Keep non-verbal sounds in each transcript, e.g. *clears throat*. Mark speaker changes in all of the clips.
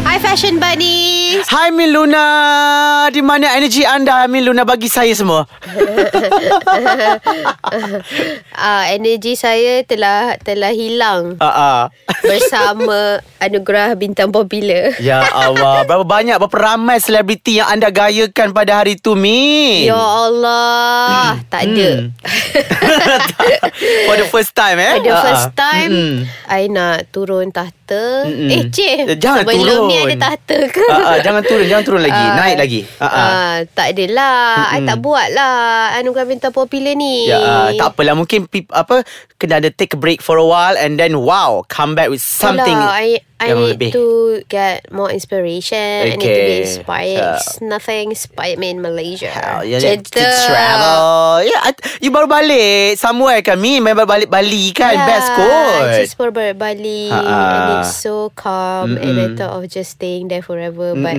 Speaker 1: Hi Fashion Bunny
Speaker 2: Hai Min Luna Di mana energi anda Min Luna bagi saya semua
Speaker 1: uh, Energi saya telah telah hilang
Speaker 2: uh, uh.
Speaker 1: *laughs* Bersama anugerah bintang popular
Speaker 2: Ya Allah Berapa banyak Berapa ramai selebriti Yang anda gayakan pada hari tu Min
Speaker 1: Ya Allah
Speaker 2: Hmm.
Speaker 1: Tak ada
Speaker 2: *laughs* For the first time eh
Speaker 1: For the
Speaker 2: Ah, ah.
Speaker 1: first time *laughs*
Speaker 2: Mm-mm.
Speaker 1: I nak turun tahta
Speaker 2: Mm-mm.
Speaker 1: Eh Cik
Speaker 2: Eh, jangan
Speaker 1: Sebelum ni
Speaker 2: turun.
Speaker 1: ada tahta ke?
Speaker 2: Ah, ah, Jangan turun Jangan turun lagi
Speaker 1: Ah.
Speaker 2: Naik lagi uh, uh.
Speaker 1: Ah, tak adalah I
Speaker 2: Mm-mm.
Speaker 1: tak buat lah Anugerah bintang popular ni
Speaker 2: hmm. Ya, uh, tak apalah mungkin peop- apa kena ada take a break for a while and then wow come back with something
Speaker 1: Itulah, I, I
Speaker 2: yang
Speaker 1: need
Speaker 2: lebih.
Speaker 1: to get more inspiration. I need to be
Speaker 2: Okay.
Speaker 1: inspired.
Speaker 2: Yeah.
Speaker 1: It's nothing inspired me in Malaysia. uh,
Speaker 2: Hell, you need to travel. Yeah, I- you baru balik somewhere kan? Me memang balik Bali kan?
Speaker 1: Yeah,
Speaker 2: Best
Speaker 1: I
Speaker 2: kot.
Speaker 1: just baru balik Bali
Speaker 2: Ha, ha.
Speaker 1: And it's
Speaker 2: Uh-uh.
Speaker 1: so calm And I thought of just staying there forever But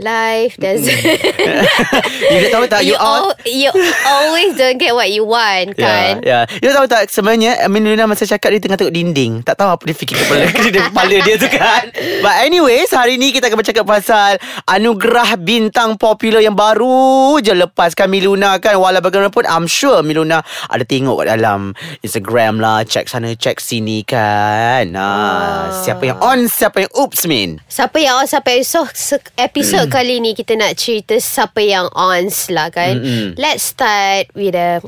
Speaker 1: life doesn't
Speaker 2: *laughs* you dah tahu tak? You, all.
Speaker 1: al- *laughs* you always don't get what you want
Speaker 2: Ya,
Speaker 1: Kan
Speaker 2: *laughs* yeah, yeah. You tahu tak sebenarnya Amin Luna masa cakap dia tengah tengok dinding. Tak tahu apa dia fikir
Speaker 1: *laughs*
Speaker 2: kepala dia, kepala dia tu kan. But anyways, hari ni kita akan bercakap pasal anugerah bintang popular yang baru je lepaskan Miluna kan. Walau bagaimanapun I'm sure Miluna ada tengok kat dalam Instagram lah, check sana check sini kan. Ah,
Speaker 1: Oh.
Speaker 2: siapa yang on, siapa yang oops min.
Speaker 1: Siapa yang on Siapa yang so se- Episode
Speaker 2: Hmm.
Speaker 1: kali ni Kita nak cerita Siapa yang on lah kan
Speaker 2: Mm-mm.
Speaker 1: Let's start With a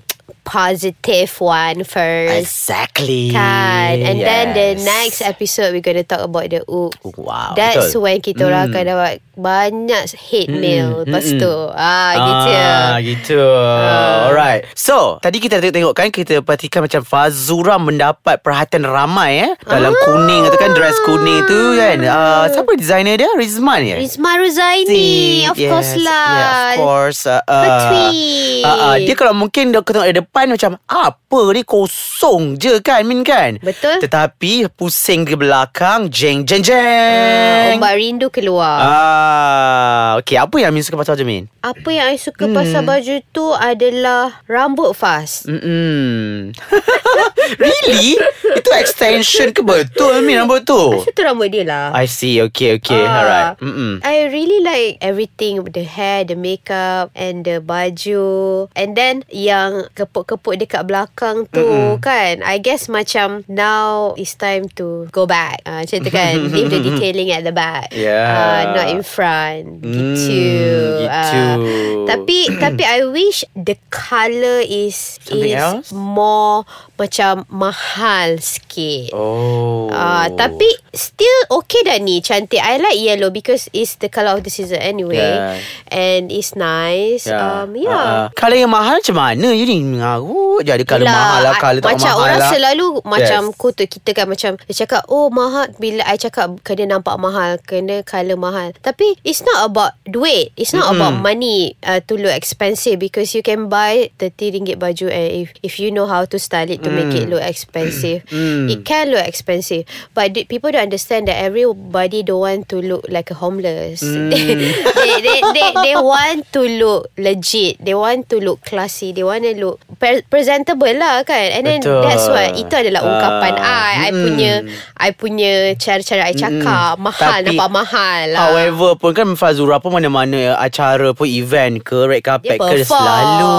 Speaker 1: Positive one first
Speaker 2: Exactly.
Speaker 1: Kan And then the
Speaker 2: Yes.
Speaker 1: next episode We're going to talk about the oops
Speaker 2: Wow.
Speaker 1: That's
Speaker 2: betul. Hmm.
Speaker 1: when kita orang akan dapat banyak hate mail lepas tu. Ah, gitu.
Speaker 2: Ah, gitu.
Speaker 1: Ah.
Speaker 2: Alright. So, tadi kita tengok-tengok kan kita perhatikan macam Fazura mendapat perhatian ramai eh dalam
Speaker 1: Ah.
Speaker 2: kuning tu kan dress kuning tu kan. Ah, siapa designer dia? Rizman ya.
Speaker 1: Risma Ruzaini, of
Speaker 2: yes.
Speaker 1: course lah.
Speaker 2: Yeah, of course. Uh,
Speaker 1: Her tweet.
Speaker 2: Uh, uh, dia kalau mungkin dia tengok dari depan macam apa ni kosong je kan Min kan.
Speaker 1: Betul.
Speaker 2: Tetapi pusing ke belakang jeng jeng
Speaker 1: Ah,
Speaker 2: jeng.
Speaker 1: Ombak rindu keluar.
Speaker 2: Ah, okay. Apa yang Min suka pasal tu Min?
Speaker 1: Apa yang I suka
Speaker 2: Hmm.
Speaker 1: pasal baju tu adalah rambut fast.
Speaker 2: Hmm. Mm-mm. *laughs* really? Itu extension ke betul Min rambut tu?
Speaker 1: Itu rambut dia lah.
Speaker 2: I see. Okay, okay.
Speaker 1: Ah.
Speaker 2: Alright. Mm-mm.
Speaker 1: I really like everything The hair, the makeup And the baju And then Yang keput-keput dekat belakang tu Mm-mm. Kan I guess macam Now It's time to Go back uh, Macam tu
Speaker 2: *laughs*
Speaker 1: kan Leave the detailing at the back
Speaker 2: Yeah.
Speaker 1: uh, Not in front Gitu
Speaker 2: Mm, gitu.
Speaker 1: Ah,
Speaker 2: *clears throat*
Speaker 1: Tapi Tapi I wish The colour is
Speaker 2: Something
Speaker 1: Is
Speaker 2: else?
Speaker 1: more Macam Mahal sikit
Speaker 2: Oh.
Speaker 1: Ah, tapi still okay dah ni cantik. I like yellow because it's the color of the season anyway,
Speaker 2: Yeah.
Speaker 1: and it's nice. Um, yeah.
Speaker 2: Uh, kalau yang mahal macam mana You ni mengarut je Ada kalau
Speaker 1: Yelah,
Speaker 2: mahal lah
Speaker 1: I-
Speaker 2: Kalau tak
Speaker 1: Macam
Speaker 2: mahal
Speaker 1: orang
Speaker 2: lah
Speaker 1: selalu Macam
Speaker 2: Yes.
Speaker 1: kutuk kita kan Macam dia cakap Oh mahal Bila I cakap Kena nampak mahal Kena colour mahal Tapi It's not about duit It's not about money uh, To look expensive Because you can buy RM30 baju And if if you know how to style it To make it look expensive It can look expensive But the, people don't understand That everybody Don't want to look Like a homeless they, *laughs* they, they, they, they want to look Legit They want to look classy They want to look pre- Presentable lah kan And then
Speaker 2: Betul.
Speaker 1: that's why Itu adalah ungkapan
Speaker 2: Ah,
Speaker 1: I I
Speaker 2: mm-mm.
Speaker 1: punya I punya Cara-cara I cakap Mahal
Speaker 2: Hmm. Tapi-
Speaker 1: Nampak mahal lah
Speaker 2: However pun kan Fazura pun mana-mana acara pun event ke red carpet
Speaker 1: Dia
Speaker 2: ke dia
Speaker 1: perform.
Speaker 2: selalu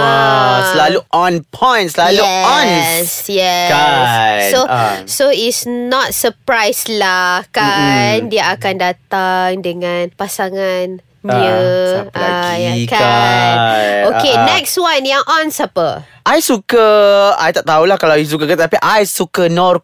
Speaker 1: Ah.
Speaker 2: ah, selalu on point selalu on
Speaker 1: Yes Yes
Speaker 2: Kan,
Speaker 1: So
Speaker 2: ah.
Speaker 1: So it's not surprise lah Kan Dia akan datang Dengan pasangan dia
Speaker 2: Ah, siapa
Speaker 1: Ah,
Speaker 2: lagi
Speaker 1: ya
Speaker 2: kan?
Speaker 1: Okay
Speaker 2: Ah, ah.
Speaker 1: next one Yang on siapa
Speaker 2: I suka I tak tahulah kalau you suka ke Tapi I suka Nor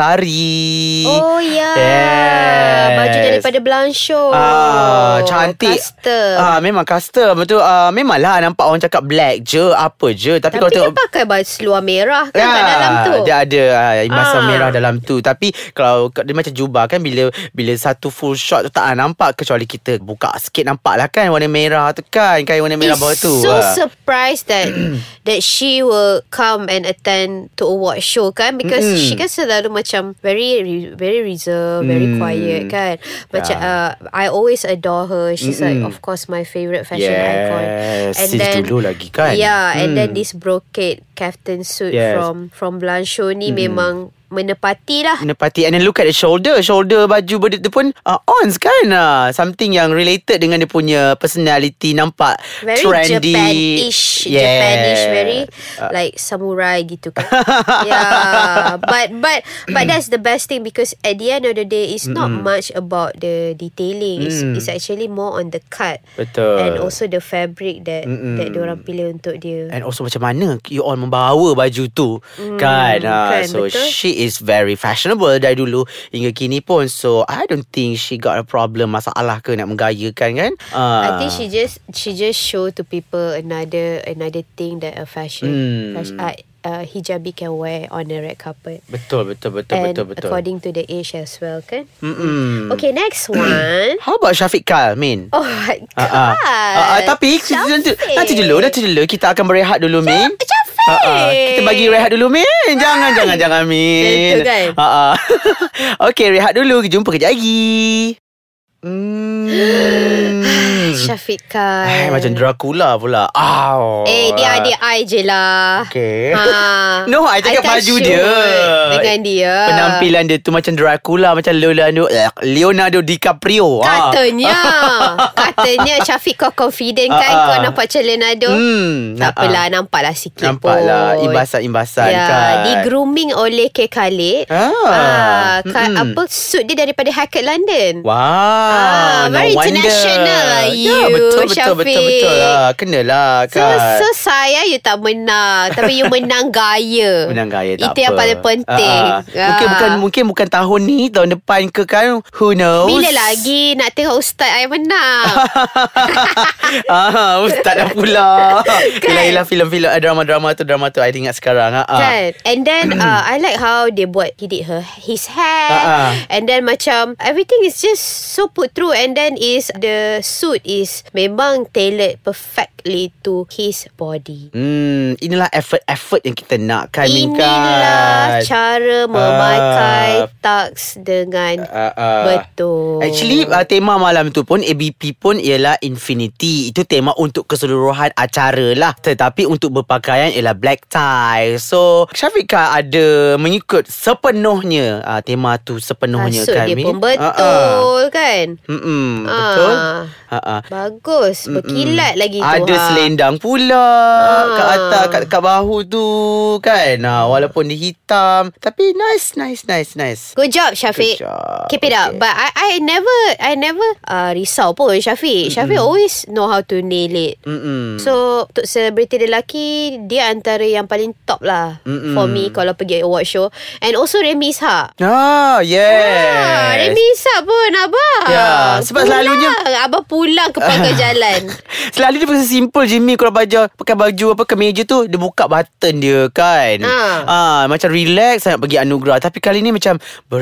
Speaker 2: Kumalasari
Speaker 1: Oh ya
Speaker 2: Yes.
Speaker 1: Baju daripada Blanchot
Speaker 2: Ah, cantik.
Speaker 1: Custom
Speaker 2: Ah, memang custom betul. Ah, memanglah nampak orang cakap black je, apa je. Tapi,
Speaker 1: Tapi
Speaker 2: kalau tengok Ya,
Speaker 1: dia pakai baju seluar merah kan kat dalam tu.
Speaker 2: Dia ada ah, Masam
Speaker 1: Ah.
Speaker 2: merah dalam tu Tapi Kalau Dia macam jubah kan Bila bila satu full shot tu Tak nampak Kecuali kita buka sikit Nampak lah kan Warna merah tu kan Kain warna merah
Speaker 1: It's
Speaker 2: bawah tu
Speaker 1: so
Speaker 2: Ah. *clears throat*
Speaker 1: surprised that that she she will come and attend to award show kan because
Speaker 2: Mm-mm.
Speaker 1: she kan selalu macam very re- very reserved, very
Speaker 2: Mm. Ya.
Speaker 1: quiet kan. Macam uh, I always adore her. She's like
Speaker 2: Mm-mm.
Speaker 1: of course my favorite fashion icon.
Speaker 2: Yes, since dulu lagi kan?
Speaker 1: Yeah, and
Speaker 2: Mm.
Speaker 1: then this brocade caftan suit
Speaker 2: Yes.
Speaker 1: from from Blanchot ni memang menepati lah.
Speaker 2: Menepati And then look at the shoulder Shoulder baju benda tu pun uh, On kan uh, Something yang related Dengan dia punya Personality Nampak
Speaker 1: Very
Speaker 2: Trendy Uh.
Speaker 1: Japan-ish
Speaker 2: Yeah.
Speaker 1: Japanish Very Like samurai gitu
Speaker 2: *laughs*
Speaker 1: kan Yeah But But But that's the best thing Because at the end of the day It's not much about The detailing it's,
Speaker 2: Mm.
Speaker 1: it's actually more on the cut
Speaker 2: Betul.
Speaker 1: And also the fabric That
Speaker 2: Mm-mm.
Speaker 1: That diorang pilih untuk dia
Speaker 2: And also macam mana You all membawa baju tu mm, Kan, ha,
Speaker 1: kan,
Speaker 2: So
Speaker 1: betul.
Speaker 2: she is very fashionable Dari dulu Hingga kini pun So I don't think She got a problem Masalah ke nak menggayakan kan uh,
Speaker 1: I think she just she just show to people another another thing that a fashion,
Speaker 2: Mm.
Speaker 1: fashion uh, uh, hijabi can wear on the red carpet
Speaker 2: Betul betul betul
Speaker 1: and
Speaker 2: betul Mm. betul
Speaker 1: according to the age as well kan.
Speaker 2: Mm-mm.
Speaker 1: Okay next one.
Speaker 2: How about Syafiq Kal Min
Speaker 1: Oh my god.
Speaker 2: Ah, ah. Ah, ah, tapi nanti, nanti dulu Nanti dulu Kita akan berehat dulu Min
Speaker 1: Eh, Syafiq.
Speaker 2: Ah, ah. Kita bagi rehat dulu Min Jangan jangan jangan Min
Speaker 1: Betul kan?
Speaker 2: Ah, ah. *laughs* Okay rehat dulu Jumpa kejap lagi
Speaker 1: *sighs*
Speaker 2: Hmm.
Speaker 1: Syafiq kan.
Speaker 2: Hai, macam Dracula pula. Aw.
Speaker 1: Eh dia adik I je lah.
Speaker 2: Okay.
Speaker 1: Ha.
Speaker 2: *laughs* No, I cakap
Speaker 1: tak
Speaker 2: baju
Speaker 1: shoot
Speaker 2: dia.
Speaker 1: Dengan dia.
Speaker 2: Penampilan dia tu macam Dracula, macam Leonardo, eh, Leonardo DiCaprio. Ah. *laughs*
Speaker 1: Katanya. Katanya Syafiq kau confident kan
Speaker 2: Ah, ah.
Speaker 1: kau nampak celana tu.
Speaker 2: Hmm,
Speaker 1: Tak
Speaker 2: ah, ah.
Speaker 1: apalah nampak lah sikit
Speaker 2: Nampak
Speaker 1: pun.
Speaker 2: lah imbasan-imbasan
Speaker 1: ya,
Speaker 2: kan.
Speaker 1: Di grooming oleh K. Khalid.
Speaker 2: Ah.
Speaker 1: Ah, ka,
Speaker 2: Mm-mm.
Speaker 1: apa suit dia daripada Hackett London.
Speaker 2: Wow,
Speaker 1: Ah,
Speaker 2: no
Speaker 1: very
Speaker 2: wonder.
Speaker 1: international lah
Speaker 2: Ya,
Speaker 1: you,
Speaker 2: betul, betul,
Speaker 1: Syafiq.
Speaker 2: betul, betul lah. Kenalah
Speaker 1: So,
Speaker 2: kan.
Speaker 1: so saya you tak menang Tapi you menang gaya
Speaker 2: *laughs* Menang gaya tak
Speaker 1: Itu yang
Speaker 2: apa.
Speaker 1: paling penting
Speaker 2: Ah, ah. Mungkin
Speaker 1: Ah.
Speaker 2: bukan mungkin bukan tahun ni, tahun depan ke kan. Who knows?
Speaker 1: Bila lagi nak tengok ustaz saya menang
Speaker 2: *laughs* ah, Ustaz dah
Speaker 1: *laughs*
Speaker 2: pula kan? Yelah-yelah filem-filem eh, Drama-drama tu Drama tu I ingat sekarang ah, ah.
Speaker 1: Kan And then uh, I like how They buat He did her His hair
Speaker 2: Ah, ah.
Speaker 1: And then macam Everything is just So put through And then is The suit is Memang tailored Perfectly to His body
Speaker 2: Hmm, inilah effort-effort yang kita nakkan Min,
Speaker 1: Inilah
Speaker 2: kan?
Speaker 1: cara memakai tux dengan
Speaker 2: Ah, ah.
Speaker 1: betul.
Speaker 2: Actually uh, tema malam tu pun ABP pun ialah Infinity Itu tema untuk keseluruhan acara lah Tetapi untuk berpakaian ialah black tie So Syafiqah ada mengikut sepenuhnya uh, tema tu sepenuhnya
Speaker 1: Kasut
Speaker 2: kan
Speaker 1: dia
Speaker 2: Min?
Speaker 1: pun
Speaker 2: Ah,
Speaker 1: betul kan?
Speaker 2: ah. Mm-mm,
Speaker 1: Ah.
Speaker 2: Betul uh-uh.
Speaker 1: Bagus. Berkilat lagi tu.
Speaker 2: Ada
Speaker 1: ha. Ah.
Speaker 2: selendang pula Kat atas kat, kat bahu tu Kan ha, Walaupun dia hitam Tapi nice Nice nice nice
Speaker 1: Good job Syafiq.
Speaker 2: Good job.
Speaker 1: Keep it up.
Speaker 2: Okay.
Speaker 1: But I I never I never uh, risau pun Syafiq. Syafiq always know how to nail it.
Speaker 2: Mm-mm.
Speaker 1: So Untuk selebriti lelaki Dia antara yang paling top lah
Speaker 2: Mm-mm.
Speaker 1: For me Kalau pergi award show And also Remy Ishak
Speaker 2: Ah
Speaker 1: Ah,
Speaker 2: yes
Speaker 1: Remy Ishak pun Abah
Speaker 2: Ya, sebab
Speaker 1: pulang.
Speaker 2: selalunya-
Speaker 1: Abah pulang ke
Speaker 2: *laughs*
Speaker 1: pangkal jalan
Speaker 2: Selalu dia pakai simple je Min Kalau baju, pakai baju apa kemeja tu Dia buka button dia kan ah.
Speaker 1: Ah.
Speaker 2: Macam relax Saya nak pergi anugerah Tapi kali ni macam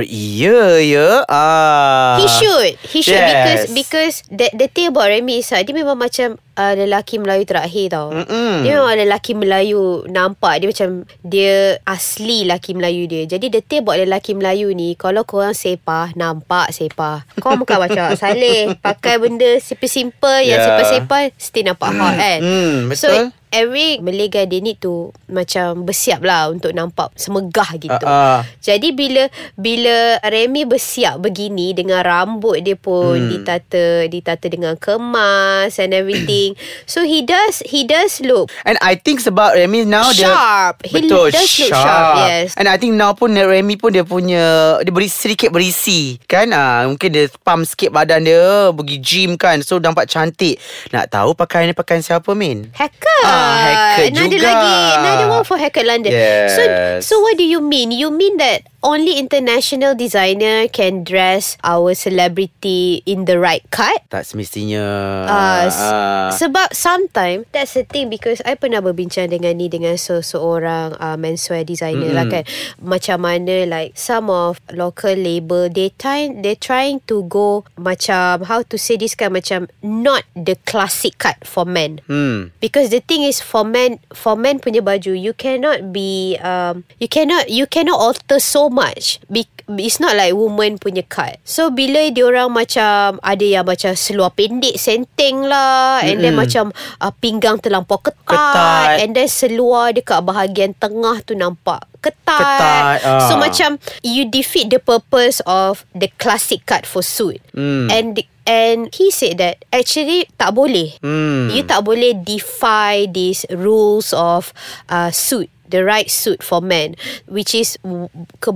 Speaker 2: Beria ya ah.
Speaker 1: He should He should
Speaker 2: Yes.
Speaker 1: Because Because the, the thing about Remy Ishak Dia memang macam uh, Lelaki Melayu terakhir tau
Speaker 2: Mm-mm.
Speaker 1: Dia memang lelaki Melayu Nampak Dia macam Dia asli lelaki Melayu dia Jadi the thing about lelaki Melayu ni Kalau korang sepah Nampak sepah Kau bukan macam Wak Saleh Pakai benda simple-simple Yang
Speaker 2: Yeah.
Speaker 1: sepah-sepah Still nampak hot kan
Speaker 2: mm,
Speaker 1: So
Speaker 2: betul.
Speaker 1: Every Malay guy They need to Macam bersiap lah Untuk nampak Semegah gitu
Speaker 2: Ah, ah.
Speaker 1: Jadi bila Bila Remy bersiap begini Dengan rambut dia pun
Speaker 2: Hmm.
Speaker 1: hmm. Ditata Ditata dengan kemas And
Speaker 2: *clears throat*
Speaker 1: everything So he does He does look
Speaker 2: And I think sebab Remy now dia
Speaker 1: Sharp He
Speaker 2: Betul
Speaker 1: does look sharp, Yes
Speaker 2: And I think now pun Remy pun dia punya Dia beri sedikit berisi Kan ah, Mungkin dia pump sikit badan dia Pergi gym kan So nampak cantik Nak tahu pakaian ni pakaian siapa Min?
Speaker 1: Hacker
Speaker 2: Ah, hacker
Speaker 1: Another
Speaker 2: juga.
Speaker 1: lagi Another one for Hacker London
Speaker 2: Yes.
Speaker 1: So so what do you mean You mean that only international designer can dress our celebrity in the right cut.
Speaker 2: Tak semestinya
Speaker 1: Uh,
Speaker 2: Ah.
Speaker 1: s- sebab sometimes that's the thing because I pernah berbincang dengan ni dengan se- seorang uh, menswear designer mm-hmm. lah kan macam mana like some of local label they try they trying to go macam how to say this kan macam not the classic cut for men
Speaker 2: Hmm
Speaker 1: Because the thing is for men for men punya baju you cannot be um you cannot you cannot alter so much Be- it's not like woman punya cut. So bila diorang macam ada yang macam seluar pendek senteng lah and then macam uh, pinggang terlampau ketat,
Speaker 2: Ketat.
Speaker 1: and then seluar dekat bahagian tengah tu nampak ketat.
Speaker 2: Ketat, ah.
Speaker 1: So macam you defeat the purpose of the classic cut for suit.
Speaker 2: Hmm.
Speaker 1: And and he said that actually tak boleh.
Speaker 2: Hmm
Speaker 1: You tak boleh defy these rules of uh, suit the right suit for men which is w-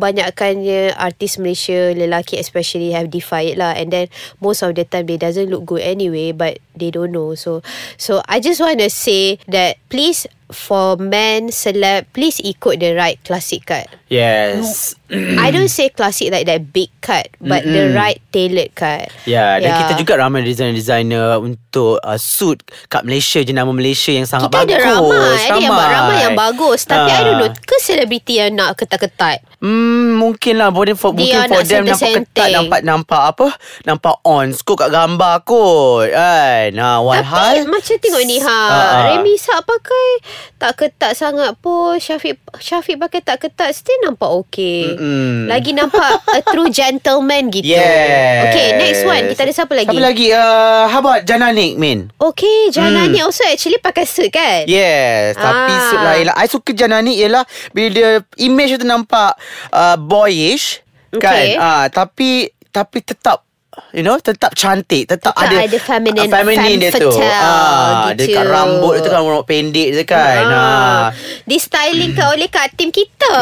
Speaker 1: kebanyakannya artis Malaysia lelaki especially have defied lah and then most of the time they doesn't look good anyway but they don't know so so I just want to say that please for men celeb please ikut the right classic cut
Speaker 2: Yes
Speaker 1: I don't say classic like that big cut but the right tailored cut
Speaker 2: Ya, yeah, dan kita juga ramai designer-designer untuk uh, suit kat Malaysia je nama Malaysia yang sangat
Speaker 1: Kita ada
Speaker 2: bagus.
Speaker 1: ramai
Speaker 2: Ha. Ah.
Speaker 1: Ada yang buat ramai yang bagus Tapi I don't know Ke selebriti yang nak ketat-ketat
Speaker 2: Hmm, mungkin lah boleh for,
Speaker 1: Dia
Speaker 2: mungkin for
Speaker 1: nak
Speaker 2: them nampak ketat
Speaker 1: sentek-sentek.
Speaker 2: nampak nampak apa? Nampak on kot kat gambar kot. Kan. Ha, walhal.
Speaker 1: Tapi macam tengok ni ha
Speaker 2: Ah, ah.
Speaker 1: Remy Sak pakai Tak ketat sangat pun Syafiq Syafiq pakai tak ketat Still nampak okay
Speaker 2: Mm-mm.
Speaker 1: Lagi nampak
Speaker 2: *laughs*
Speaker 1: A true gentleman gitu
Speaker 2: Yes.
Speaker 1: Okay next one Kita ada siapa lagi?
Speaker 2: Siapa lagi? Hmm. Uh, how about Jananik, Min?
Speaker 1: Okay Jana ni also actually pakai suit kan
Speaker 2: Yes Tapi
Speaker 1: Ah.
Speaker 2: suit lain lah I suka Janani ialah Bila dia Image dia tu nampak uh, Boyish
Speaker 1: Okay.
Speaker 2: Kan uh, Tapi Tapi tetap You know Tetap cantik Tetap,
Speaker 1: Tetap
Speaker 2: ada
Speaker 1: ada feminine-
Speaker 2: ah, Feminine
Speaker 1: femme
Speaker 2: dia tu
Speaker 1: fatale
Speaker 2: Ah,
Speaker 1: gitu.
Speaker 2: Dekat rambut dia tu kan Rambut pendek dia kan ah.
Speaker 1: Ah. Di styling ke oleh Kak Tim kita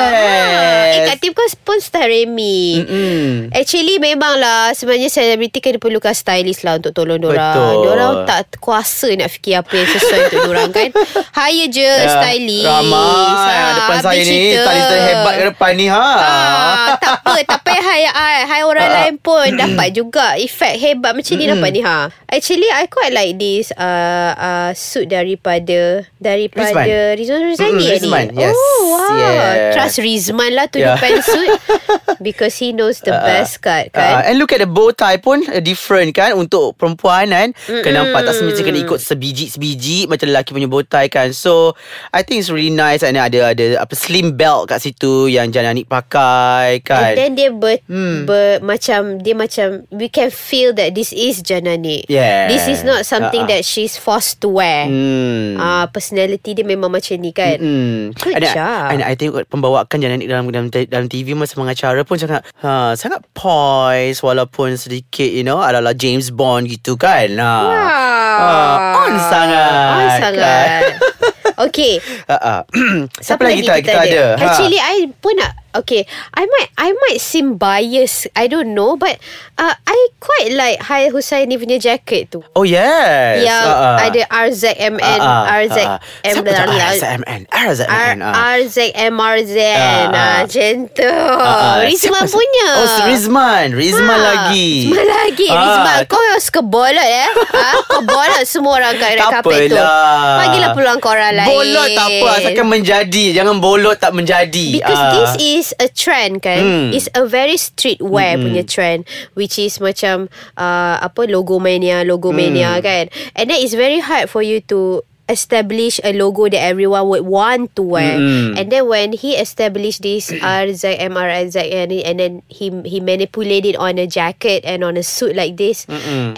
Speaker 2: Yes.
Speaker 1: ah. Eh Kak Tim kau pun style Remy
Speaker 2: Mm-mm.
Speaker 1: Actually memanglah Sebenarnya selebriti kena perlukan stylist lah Untuk tolong dorang
Speaker 2: Betul.
Speaker 1: Dorang tak kuasa nak fikir apa yang sesuai untuk dorang
Speaker 2: *laughs*
Speaker 1: kan Hire je
Speaker 2: Ya,
Speaker 1: stylist
Speaker 2: Ramai
Speaker 1: Ah,
Speaker 2: ha, Depan
Speaker 1: habis
Speaker 2: saya ni
Speaker 1: cerita.
Speaker 2: Stylist terhebat ke depan ni ha.
Speaker 1: Ah, tak apa Tak payah hire I Hire orang
Speaker 2: Ah.
Speaker 1: lain pun
Speaker 2: Hmm.
Speaker 1: Dapat juga Efek hebat macam ni Dapat ni ha Actually I quite like this uh, uh, Suit daripada Daripada Rizman Rizani eh,
Speaker 2: Mm-mm,
Speaker 1: ni?
Speaker 2: Rizman, yes.
Speaker 1: Oh wow
Speaker 2: Yeah.
Speaker 1: Trust Rizman lah To
Speaker 2: Yeah.
Speaker 1: depend suit *laughs* Because he knows the best card
Speaker 2: Uh,
Speaker 1: kan
Speaker 2: and look at the bow tie pun uh, different kan untuk perempuan kan. Mm-mm. Kenapa tak semestinya kena ikut sebiji-sebiji macam lelaki punya bow tie kan. So I think it's really nice and ada ada apa slim belt kat situ yang Jananik pakai
Speaker 1: And
Speaker 2: kan.
Speaker 1: then dia ber,
Speaker 2: Hmm.
Speaker 1: ber macam dia macam we can feel that this is Janani.
Speaker 2: Yeah.
Speaker 1: This is not something
Speaker 2: Ah, ah.
Speaker 1: that she's forced to wear.
Speaker 2: hmm.
Speaker 1: Ah personality dia memang macam ni kan.
Speaker 2: Hmm.
Speaker 1: Good
Speaker 2: and, I-
Speaker 1: job.
Speaker 2: and I tengok pembawaan Jananik dalam dalam dalam TV masa mengacara pun sangat ha, sangat poise walaupun sedikit you know ala-ala James Bond gitu kan. Ha. Ah, on sangat. kan.
Speaker 1: On
Speaker 2: *laughs*
Speaker 1: sangat. okay.
Speaker 2: Uh, uh. *clears throat* Siapa, lagi kita, kita ada? Ha.
Speaker 1: Actually I pun nak Okay I might I might seem biased I don't know But uh, I quite like Hai Husaini punya jacket tu
Speaker 2: Oh yes. ha.
Speaker 1: Yang Ya, ada RZMN
Speaker 2: Ah, ah,
Speaker 1: RZM
Speaker 2: ah, ah. Siapa tak RZMN? RZMN. ah.
Speaker 1: R RZM
Speaker 2: Ah,
Speaker 1: RZN
Speaker 2: ah.
Speaker 1: ah, Macam tu
Speaker 2: Ah, ah.
Speaker 1: Rizman
Speaker 2: Siapa-
Speaker 1: punya
Speaker 2: Oh Rizman Rizman
Speaker 1: Ha,
Speaker 2: lagi
Speaker 1: Rizman lagi
Speaker 2: Ah,
Speaker 1: Rizman kau yang suka bolot eh ha? Kau bolot semua orang kat red
Speaker 2: tak
Speaker 1: carpet tu
Speaker 2: apalah.
Speaker 1: Bagilah peluang korang lain
Speaker 2: Bolot tak apa Asalkan menjadi Jangan bolot tak menjadi
Speaker 1: Because
Speaker 2: Ah.
Speaker 1: this is a trend kan
Speaker 2: Hmm.
Speaker 1: It's a very streetwear punya trend Which is macam uh, Apa logo mania Logo
Speaker 2: Hmm.
Speaker 1: mania kan And then it's very hard for you to Establish a logo that everyone would want to wear
Speaker 2: Mm-mm.
Speaker 1: And then when he established
Speaker 2: *clears throat*
Speaker 1: this RZM RZM And then he he manipulated on a jacket And on a suit like this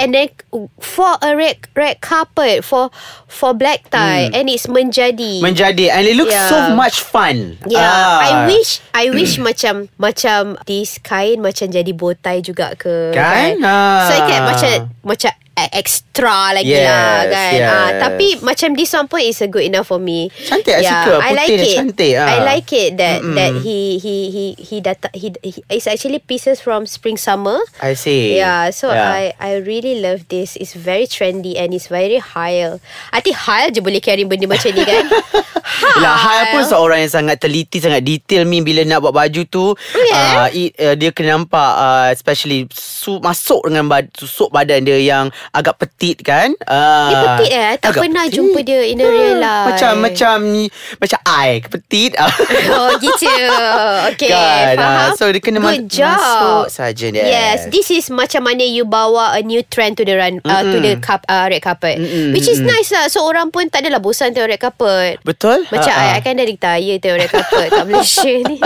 Speaker 1: And then For a red, red carpet For for black tie
Speaker 2: Mm.
Speaker 1: And it's menjadi
Speaker 2: Menjadi And it looks
Speaker 1: Yeah.
Speaker 2: so much fun
Speaker 1: Yeah,
Speaker 2: Ah.
Speaker 1: Ya, I wish I wish *clears throat* macam macam this kain macam jadi bow tie juga ke.
Speaker 2: Kan? Ah.
Speaker 1: So I can macam macam eh, extra lagi
Speaker 2: Yes,
Speaker 1: lah kan. Ah,
Speaker 2: yes.
Speaker 1: tapi macam this one pun is a good enough for me. Ya,
Speaker 2: Cantik, I suka.
Speaker 1: I
Speaker 2: Putih
Speaker 1: like
Speaker 2: dia
Speaker 1: it.
Speaker 2: cantik, ah.
Speaker 1: I like it that that he he he he data he, he it's actually pieces from spring summer.
Speaker 2: I see.
Speaker 1: Yeah, so I I really love this. It's very trendy and it's very high. I think high je boleh carry benda macam ni kan.
Speaker 2: *laughs*
Speaker 1: high.
Speaker 2: Yelah Hal pun seorang yang sangat teliti Sangat detail Min Bila nak buat baju tu
Speaker 1: Yeah.
Speaker 2: uh, it, uh, Dia kena nampak uh, Especially su- Masuk dengan bad- Susuk badan dia Yang agak petit kan uh,
Speaker 1: Dia petit eh I tak
Speaker 2: agak Hmm,
Speaker 1: pernah jumpa dia In a real life
Speaker 2: Macam Macam ni- Macam I Petit *laughs* Ah,
Speaker 1: Oh gitu Okay
Speaker 2: Kan,
Speaker 1: Faham
Speaker 2: ah, so dia kena
Speaker 1: Good
Speaker 2: ma-
Speaker 1: job
Speaker 2: masuk saja dia.
Speaker 1: Yes This is macam mana You bawa a new trend To the run uh, To the cup, uh, red carpet
Speaker 2: Mm-mm,
Speaker 1: Which is nice lah So orang pun tak adalah Bosan tengok red carpet
Speaker 2: Betul
Speaker 1: Macam
Speaker 2: Ha, ha.
Speaker 1: I, I kan dah retire Tengok red carpet
Speaker 2: *laughs*
Speaker 1: Kat Malaysia ni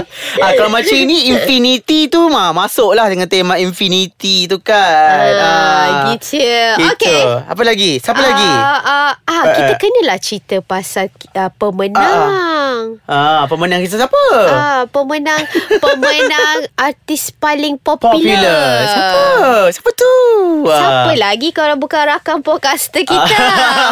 Speaker 2: ah, Kalau macam ini Infinity tu mah Masuklah dengan tema Infinity tu kan
Speaker 1: Ah, gitu. Okay.
Speaker 2: Apa lagi? Siapa lagi? Eh,
Speaker 1: Ah, ah, ah, kita kenalah cerita pasal uh, pemenang.
Speaker 2: Ah, pemenang kisah siapa?
Speaker 1: Ah, pemenang pemenang
Speaker 2: *laughs*
Speaker 1: artis paling popular.
Speaker 2: Popular. Siapa? Siapa tu? Ah.
Speaker 1: Siapa
Speaker 2: *laughs*
Speaker 1: lagi kalau bukan rakan podcaster kita?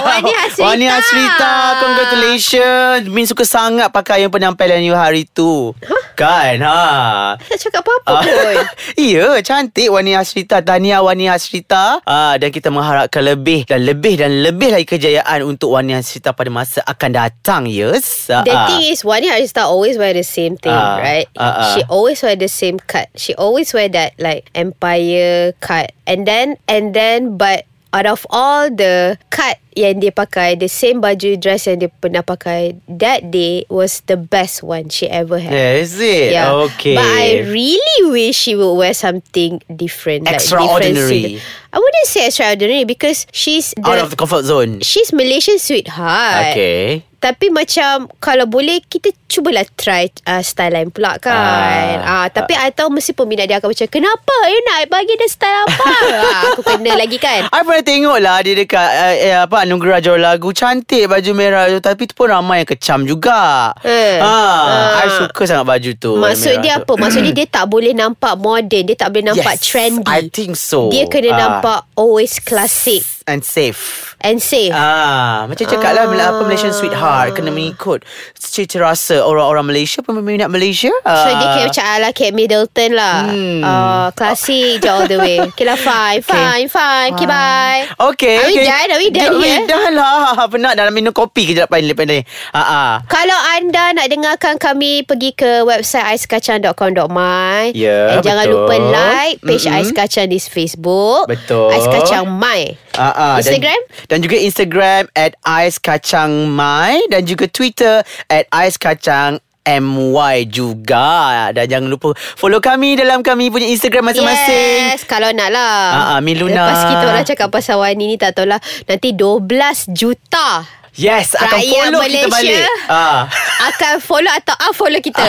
Speaker 1: Wani Hasrita.
Speaker 2: Wani Hasrita Congratulations Min suka sangat Pakaian penampilan you hari tu Kan ha.
Speaker 1: Tak cakap apa-apa
Speaker 2: Ah.
Speaker 1: pun.
Speaker 2: ya, cantik Wani Hasrita. Tahniah Wani Hasrita. Ah, dan kita mengharapkan lebih dan lebih dan lebih lagi kejayaan untuk Wani Hasrita pada masa akan datang, yes. *laughs* Ah,
Speaker 1: The
Speaker 2: ah.
Speaker 1: thing is Wani Arista always wear the same thing
Speaker 2: Ah,
Speaker 1: Right
Speaker 2: ah, ah.
Speaker 1: She always wear the same cut She always wear that Like empire cut And then And then But Out of all the cut yang dia pakai The same baju dress yang dia pernah pakai That day was the best one she ever had
Speaker 2: Yeah, is it? Okay.
Speaker 1: But I really wish she would wear something different
Speaker 2: Extraordinary.
Speaker 1: different scene. I wouldn't say extraordinary Because she's the,
Speaker 2: Out of the comfort zone.
Speaker 1: She's Malaysian sweetheart
Speaker 2: Okay.
Speaker 1: tapi macam Kalau boleh Kita cubalah try uh, Style lain pula kan ah,
Speaker 2: Ah.
Speaker 1: Tapi I tahu Mesti peminat dia akan macam Kenapa you nak bagi dia style apa
Speaker 2: *laughs*
Speaker 1: ah, Aku kena lagi kan
Speaker 2: I pernah tengok lah dia dekat uh, eh, apa Anugerah Juara Lagu cantik baju merah tu tapi tu pun ramai yang kecam juga.
Speaker 1: Eh.
Speaker 2: Ha,
Speaker 1: Ah.
Speaker 2: I suka sangat baju tu. warna
Speaker 1: Maksud
Speaker 2: merah
Speaker 1: dia
Speaker 2: tu.
Speaker 1: apa Maksud dia dia tak boleh nampak modern Dia tak boleh nampak
Speaker 2: yes,
Speaker 1: trendy
Speaker 2: I think so.
Speaker 1: Dia kena
Speaker 2: Ah.
Speaker 1: nampak Always classic
Speaker 2: and safe.
Speaker 1: And safe
Speaker 2: Ah, macam cakap lah bila apa Malaysian
Speaker 1: Ah.
Speaker 2: sweetheart kena mengikut cita rasa orang-orang Malaysia peminat Malaysia. Ah.
Speaker 1: So dia kira macam ala Kate Middleton lah hmm. uh, Classic je all the way Okay lah fine Fine fine Okay bye
Speaker 2: Ah. Okay
Speaker 1: Are we
Speaker 2: okay.
Speaker 1: done? Are we done
Speaker 2: Dah-
Speaker 1: here?
Speaker 2: We done lah Penat dah nak minum kopi kejap pandai-pandai ah, ah.
Speaker 1: Kalau anda nak dengarkan kami Pergi ke website aiskacang.com.my
Speaker 2: Ya,
Speaker 1: And jangan
Speaker 2: betul.
Speaker 1: lupa like Page
Speaker 2: Mm-mm.
Speaker 1: mm-hmm. Ais Kacang di Facebook
Speaker 2: Betul.
Speaker 1: Ais Kacang My
Speaker 2: Ah, ah.
Speaker 1: Instagram?
Speaker 2: Dan, dan juga Instagram At Ais Kacang Mai Dan juga Twitter At Ais Kacang MY juga Dan jangan lupa Follow kami dalam kami punya Instagram masing-masing
Speaker 1: Yes Kalau nak lah
Speaker 2: Ah, ah, Miluna.
Speaker 1: Lepas kita orang cakap pasal Wani ni Tak tahulah Nanti 12 juta
Speaker 2: Yes, akan
Speaker 1: Rakyat
Speaker 2: follow kita
Speaker 1: Malaysia.
Speaker 2: balik
Speaker 1: *laughs*
Speaker 2: ah.
Speaker 1: Akan follow atau unfollow kita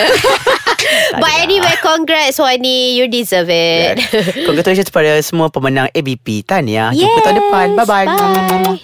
Speaker 1: But anyway Congrats Wani You deserve it
Speaker 2: Congratulations kepada semua pemenang ABP Tahniah Jumpa tahun
Speaker 1: Yes,
Speaker 2: depan Bye-bye
Speaker 1: Bye